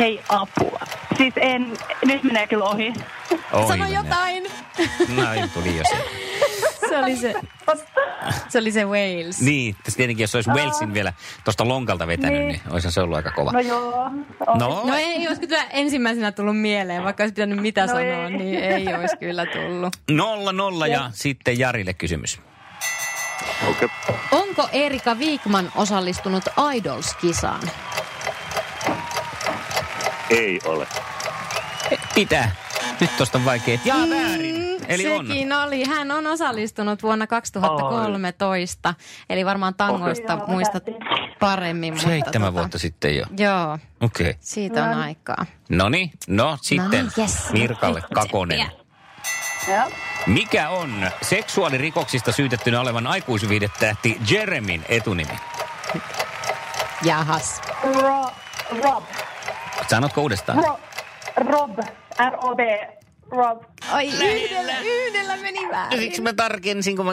Hei, apua. Siis en, nyt menee kyllä ohi. Oi, Sano menee. jotain. Näin tuli jo se. Se oli se, se, oli se Wales. Niin, tässä tietenkin jos olisi Walesin vielä tuosta lonkalta vetänyt, Niin. niin olisihan se ollut aika kova. No joo. No, No ei olisi kyllä ensimmäisenä tullut mieleen, vaikka olisi pitänyt mitä No sanoa, ei. niin ei olisi kyllä tullut. nolla nolla ja sitten Jarille kysymys. Okei. Onko Erika Viikman osallistunut Idols-kisaan? Ei ole. Mitä? Nyt tuosta on vaikea. Jaa, väärin. Eli on. Mm, Sekin oli. Hän on osallistunut vuonna 2013, eli varmaan tangoista Joo, muistat täysin. paremmin. mutta Seitsemän tota, vuotta sitten jo. Joo, Okei. Okay. siitä on aikaa. No niin, no sitten no, yes. jes. Mirkalle Kakonen. Joo. Mikä on seksuaalirikoksista syytettynä olevan aikuisviihdetähti Jeremin etunimi? Jahas. Ro, Rob. Sanotko uudestaan? Ro, Rob. R-O-B. Rob. Ai yhdellä, yhdellä meni väärin. Siksi mä tarkensin, kun mä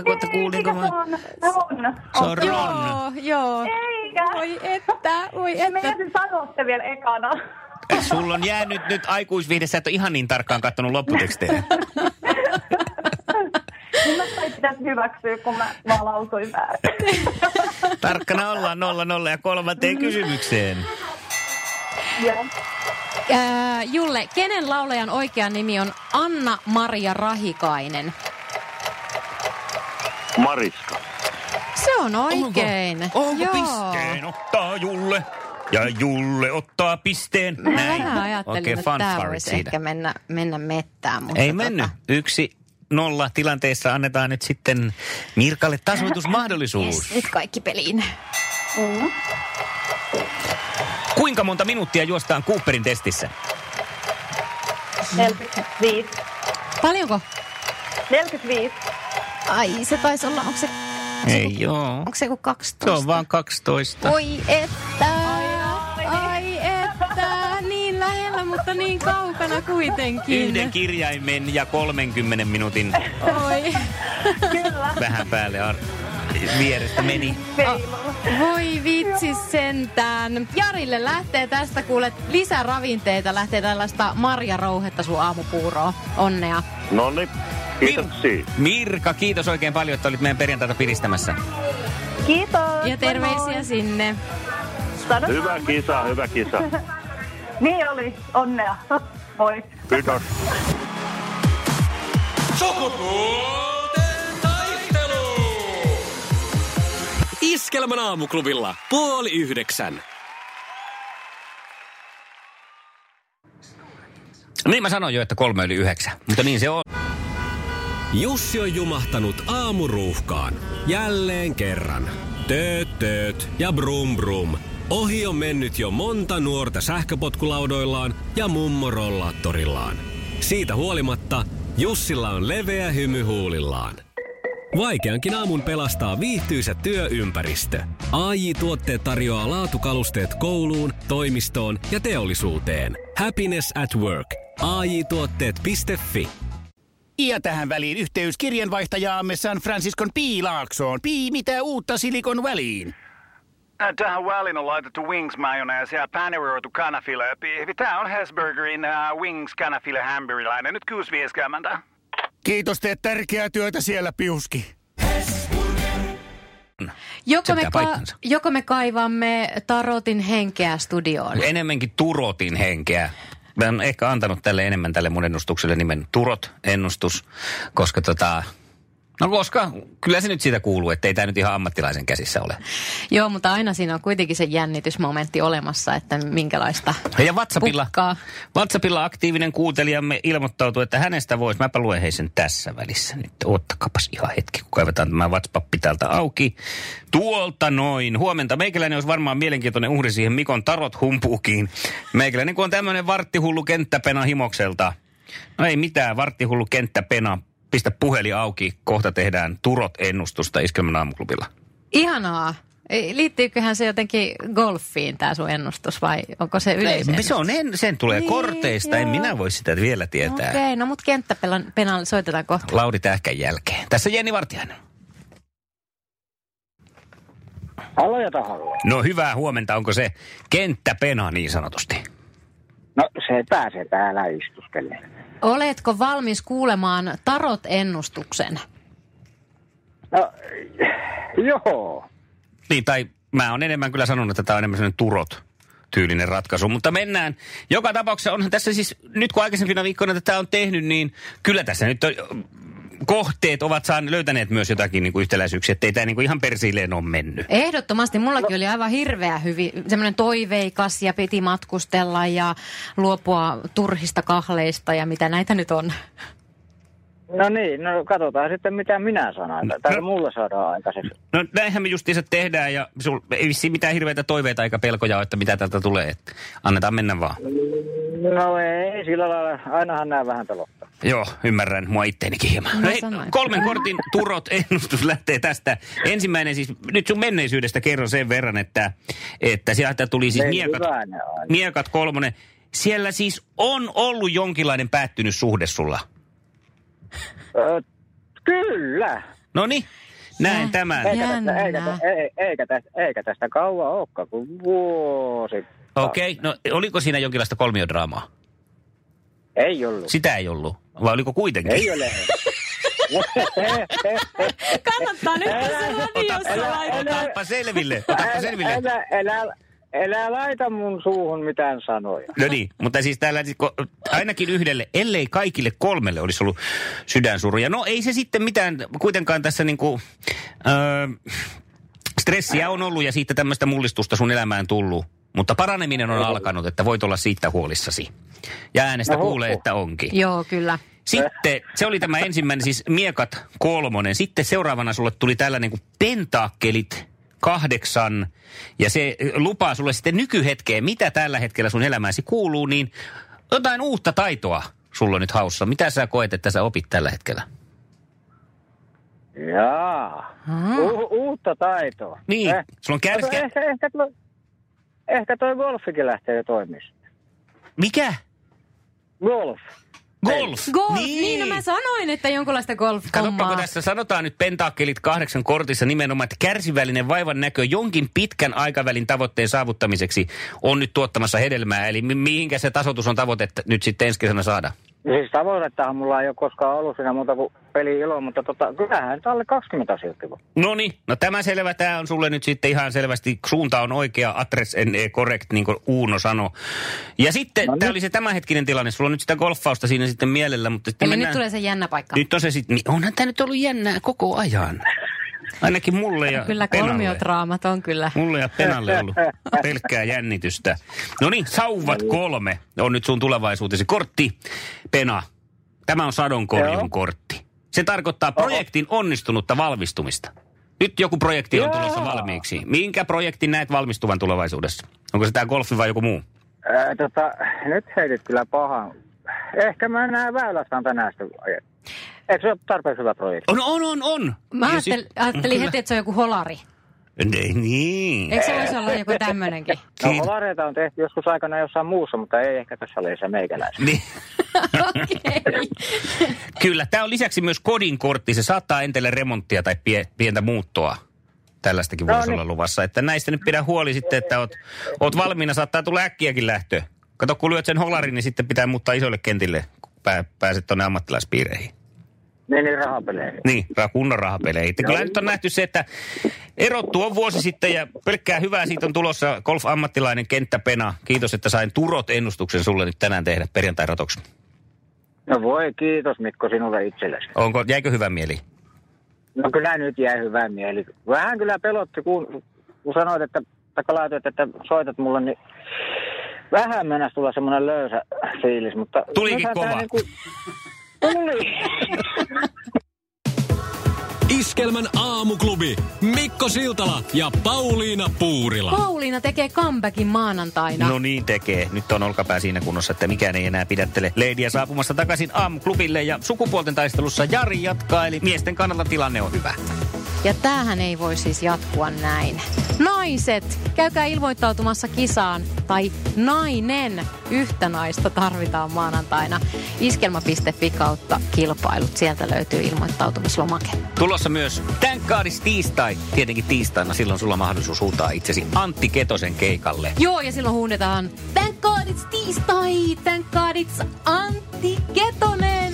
Eikä se on? On. Se on on. Ron. Joo, joo. Eikä. Voi että, voi että. Meidän sanotte vielä ekana. Eh, Sulla on jäänyt nyt aikuisviihde, sä et ole ihan niin tarkkaan kattonut lopputekstejä. Minä ei pitäisi hyväksyä, kun mä, mä lausuin väärin. Tarkkana ollaan nolla nolla ja kolmanteen kysymykseen. Joo. Ää, Julle, kenen laulajan oikea nimi on Anna-Maria Rahikainen? Mariska. Se on oikein. Onko Joo. pisteen ottaa Julle? Ja Julle ottaa pisteen. Mä vähän ajattelin, Okei, että tämä fanfarit voisi siitä. ehkä mennä, mennä mettään. Mutta tota, Ei tota? mennyt. Yksi nolla tilanteessa annetaan nyt sitten Mirkalle tasoitusmahdollisuus. Yes, nyt kaikki peliin. Kuinka monta minuuttia juostaan Cooperin testissä? 45. Paljonko? 45. Ai, se taisi olla, onko se, Ei joo. onko se joku 12? Se on vaan 12. Oi että, ai että, niin lähellä, mutta niin kaukana kuitenkin. Yhden kirjaimen ja 30 minuutin Oi, Ah. Kyllä. vähän päälle ar- vierestä meni. voi vitsi sentään. Jarille lähtee tästä kuule lisää ravinteita, lähtee tällaista marjarouhetta sun aamupuuroon. Onnea. No niin. Kiitoksia. Mirka, kiitos oikein paljon, että olit meidän perjantaita piristämässä. Kiitos. Ja terveisiä sinne. Sanotaan. Hyvä kisa, hyvä kisa. Niin oli. Onnea. Moi. Kiitos. Sukupuolten taistelu. Iskelmän aamuklubilla puoli yhdeksän. Niin mä sanoin jo, että kolme yli yhdeksän. Mutta niin se on. Jussi on jumahtanut aamuruuhkaan. Jälleen kerran. Tööt, tööt ja brum brum. Ohi on mennyt jo monta nuorta sähköpotkulaudoillaan ja mummorollaattorillaan. Siitä huolimatta Jussilla on leveä hymy huulillaan. Vaikeankin aamun pelastaa viihtyisä työympäristö. AJ Tuotteet tarjoaa laatukalusteet kouluun, toimistoon ja teollisuuteen. Happiness at work. AJ Tuotteet.fi Ja tähän väliin yhteys kirjanvaihtajaamme San Franciscon Piilaaksoon. Pii, mitä uutta Silikon väliin? Ä, Äh, Tähän väliin on laitettu wings mayonnaise ja paneroitu kanafila. Tämä on Hesburgerin uh, wings kanafila hamburilainen. Nyt 6.50. Kiitos, teet tärkeää työtä siellä, Piuski. Joko Se me, pitää ka- paikkansa. joko me kaivamme Tarotin henkeä studioon? Enemmänkin Turotin henkeä. Mä oon ehkä antanut tälle enemmän tälle mun ennustukselle nimen Turot-ennustus, koska tota... No koska, kyllä se nyt siitä kuuluu, että ei tämä nyt ihan ammattilaisen käsissä ole. Joo, mutta aina siinä on kuitenkin se jännitysmomentti olemassa, että minkälaista Ja WhatsAppilla, pukkaa. WhatsAppilla aktiivinen kuuntelijamme ilmoittautui, että hänestä voisi. Mäpä luen hei sen tässä välissä nyt. Ottakapas ihan hetki, kun kaivetaan tämä WhatsApp täältä auki. Tuolta noin. Huomenta. Meikäläinen olisi varmaan mielenkiintoinen uhri siihen Mikon tarot humpuukiin. Meikäläinen kun on tämmöinen varttihullu kenttäpena himokselta. No ei mitään, varttihullu kenttäpena. Pistä puhelin auki, kohta tehdään Turot-ennustusta Iskelmän aamuklubilla. Ihanaa. Ei, Liittyyköhän se jotenkin golfiin tämä sun ennustus vai onko se Ei, yleiseen? se on, en, sen tulee Niin, korteista, en joo. minä voi sitä vielä Okei, tietää. okay, no mut kenttäpenalle soitetaan kohta. Lauri Tähkän jälkeen. Tässä Jenni Vartiainen. Halo ja tahallaan. No hyvää huomenta, onko se kenttäpena niin sanotusti? No se pääsee täällä istuskelemaan. Oletko valmis kuulemaan tarot-ennustuksen? No, joo. Niin, tai mä oon enemmän kyllä sanonut, että tämä on enemmän sellainen turot tyylinen ratkaisu, mutta mennään. Joka tapauksessa onhan tässä siis, nyt kun aikaisempina viikkoina tätä on tehnyt, niin kyllä tässä nyt on, kohteet ovat saan, löytäneet myös jotakin niin kuin yhtäläisyyksiä, ettei tämä niin kuin ihan persilleen ole mennyt. Ehdottomasti. Mullakin oli aivan hirveä hyvin, semmoinen toiveikas ja piti matkustella ja luopua turhista kahleista ja mitä näitä nyt on. No niin, no katsotaan sitten mitä minä Mm. sanon. Tai No. no. mulla saadaan aikaiseksi. No näinhän me justiinsa tehdään ja sul, ei vissiin mitään hirveitä toiveita eikä pelkoja ole, että mitä tältä tulee. että Annetaan mennä vaan. No ei, sillä lailla. Ainahan nämä vähän pelottaa. Joo, ymmärrän. Mua itteenikin hieman. Mä No hei, sanoin. kolmen kortin turot ennustus lähtee tästä. Ensimmäinen siis, nyt sun menneisyydestä kerron sen verran, että, että sieltä tuli siis Ei, miekat, hyvä ne on. miekat kolmonen. Siellä siis on ollut jonkinlainen päättynyt suhde sulla. Ö, kyllä. No niin, näin Jää. tämän. Ei. Eikä tästä, eikä, Jännää. tä- ei, eikä, tästä, eikä tästä kauan olekaan kuin vuosi. Okei, okay. no oliko siinä jonkinlaista kolmiodraamaa? Ei ollut. Sitä ei ollut. Vai oliko kuitenkin? Ei ole. Kannattaa nyt tässä radiossa laittaa. Otapa selville. Otapa selville. Älä, älä, älä laita mun suuhun mitään sanoja. No niin, mutta siis täällä siis ko- ainakin yhdelle, ellei kaikille kolmelle olisi ollut sydänsuruja. No ei se sitten mitään, kuitenkaan tässä niinku, öö, stressiä on ollut ja siitä tämmöistä mullistusta sun elämään tullut. Mutta paraneminen on alkanut, että voit olla siitä huolissasi. Ja äänestä No, kuulee, huhhuh. että onkin. Joo, kyllä. Sitten, se oli tämä ensimmäinen, siis miekat kolmonen. Sitten seuraavana sulle tuli tällainen kuin pentaakkelit kahdeksan. Ja se lupaa sulle sitten nykyhetkeen, mitä tällä hetkellä sun elämäsi kuuluu, niin jotain uutta taitoa sulla on nyt haussa. Mitä sä koet, että sä opit tällä hetkellä? Jaa. U- uutta taitoa. Niin, Äh. Eh. sulla on Ehkä, kärskä... ehkä, ehkä, tuo, ehkä toi golfikin lähtee jo toimimaan. Mikä? Golf. Golf! Golf, niin, niin no mä sanoin, että jonkunlaista Katsoppa, golf-hommaa. kun tässä sanotaan nyt pentaakkelit kahdeksan kortissa nimenomaan, että kärsivällinen vaivan näkö jonkin pitkän aikavälin tavoitteen saavuttamiseksi on nyt tuottamassa hedelmää. Eli mi- mihinkä se tasoitus on tavoite nyt sitten ensi kesänä saada? Ja Siis tavoitettahan mulla ei ole koskaan ollut siinä muuta kuin peli ilo, mutta tota, kyllähän nyt alle 20 silti voi. No niin, no tämä selvä, tämä on sulle nyt sitten ihan selvästi, suunta on oikea, address and eh, correct, niin kuin Uuno sanoi. Ja sitten, No no, niin. tämä oli se tämänhetkinen tilanne, sulla on nyt sitä golfausta siinä sitten mielellä, mutta sitten Eli nyt mennään- tulee se jännä paikka. nyt on se sitten, onhan tämä nyt ollut jännää koko ajan. Ainakin mulle ja Kyllä Penalle. kolmiotraamat on kyllä. Mulle ja Penalle ollut pelkkää jännitystä. No niin, sauvat kolme on nyt sun tulevaisuutesi. Kortti, Pena. Tämä on sadonkorjun Joo. kortti. Se tarkoittaa projektin onnistunutta valmistumista. Nyt joku projekti on tulossa Jaa. valmiiksi. Minkä projektin näet valmistuvan tulevaisuudessa? Onko se tämä golfi vai joku muu? Ää, tota, nyt heitit kyllä pahan. Ehkä mä näen väylästään tänään sitten ajet. Eikö se ole tarpeeksi hyvä projekti? On, on, on, on. Mä Ja sit- ajattelin, ajattelin heti, että se on joku holari. Ne, niin. Eikö se voisi olla joku tämmöinenkin? No, Kiit- holareita on tehty joskus aikana jossain muussa, mutta ei ehkä tässä leisä meikäläisessä. Niin. Okei. Kyllä, tämä on lisäksi myös kodin kortti. Se saattaa entelle remonttia tai pie- pientä muuttoa. Tällaistakin voisi olla luvassa. Että näistä nyt pidä huoli sitten, että oot, oot valmiina. Saattaa tulla äkkiäkin lähtö. Kato, kun lyöt sen holarin, niin sitten pitää muuttaa isolle kentille, kun pää, pääset tuonne ammattilaispiireihin. Niin, niin rahapeleihin. Niin, ra- kunnon rahapeleihin. Että Kyllä nyt on nähty se, että erottu on vuosi sitten ja pelkkää hyvää siitä on tulossa golf-ammattilainen kenttäpena. Kiitos, että sain Turot ennustuksen sulle nyt tänään tehdä perjantai-rotoksi. No voi, kiitos Mikko sinulle itsellesi. Onko, jäikö hyvä mieli? No kyllä nyt jäi hyvä mieli. Vähän kyllä pelotti, kun, kun sanoit, että, tai laitoit, että soitat mulle, niin vähän mennäs tulla semmoinen löysä fiilis, mutta... Tulikin nythän kova. tää niinku- Tuli. Iskelmän aamuklubi. Mikko Siltala ja Pauliina Puurila. Pauliina tekee comebackin maanantaina. No niin tekee. Nyt on olkapää siinä kunnossa, että mikään ei enää pidättele leidiä saapumasta takaisin aamuklubille. Ja sukupuolten taistelussa Jari jatkaa, eli miesten kannalta tilanne on hyvä. Ja tämähän ei voi siis jatkua näin. Naiset, käykää ilmoittautumassa kisaan. Tai nainen, yhtä naista tarvitaan maanantaina. Iskelma.fi kautta kilpailut. Sieltä löytyy ilmoittautumislomake. Tulossa myös Thank Godis tiistai. Tietenkin tiistaina silloin sulla on mahdollisuus huutaa itsesi Antti Ketosen keikalle. Joo, ja silloin huudetaan Thank God it's tiistai! Thank God it's Antti Ketonen!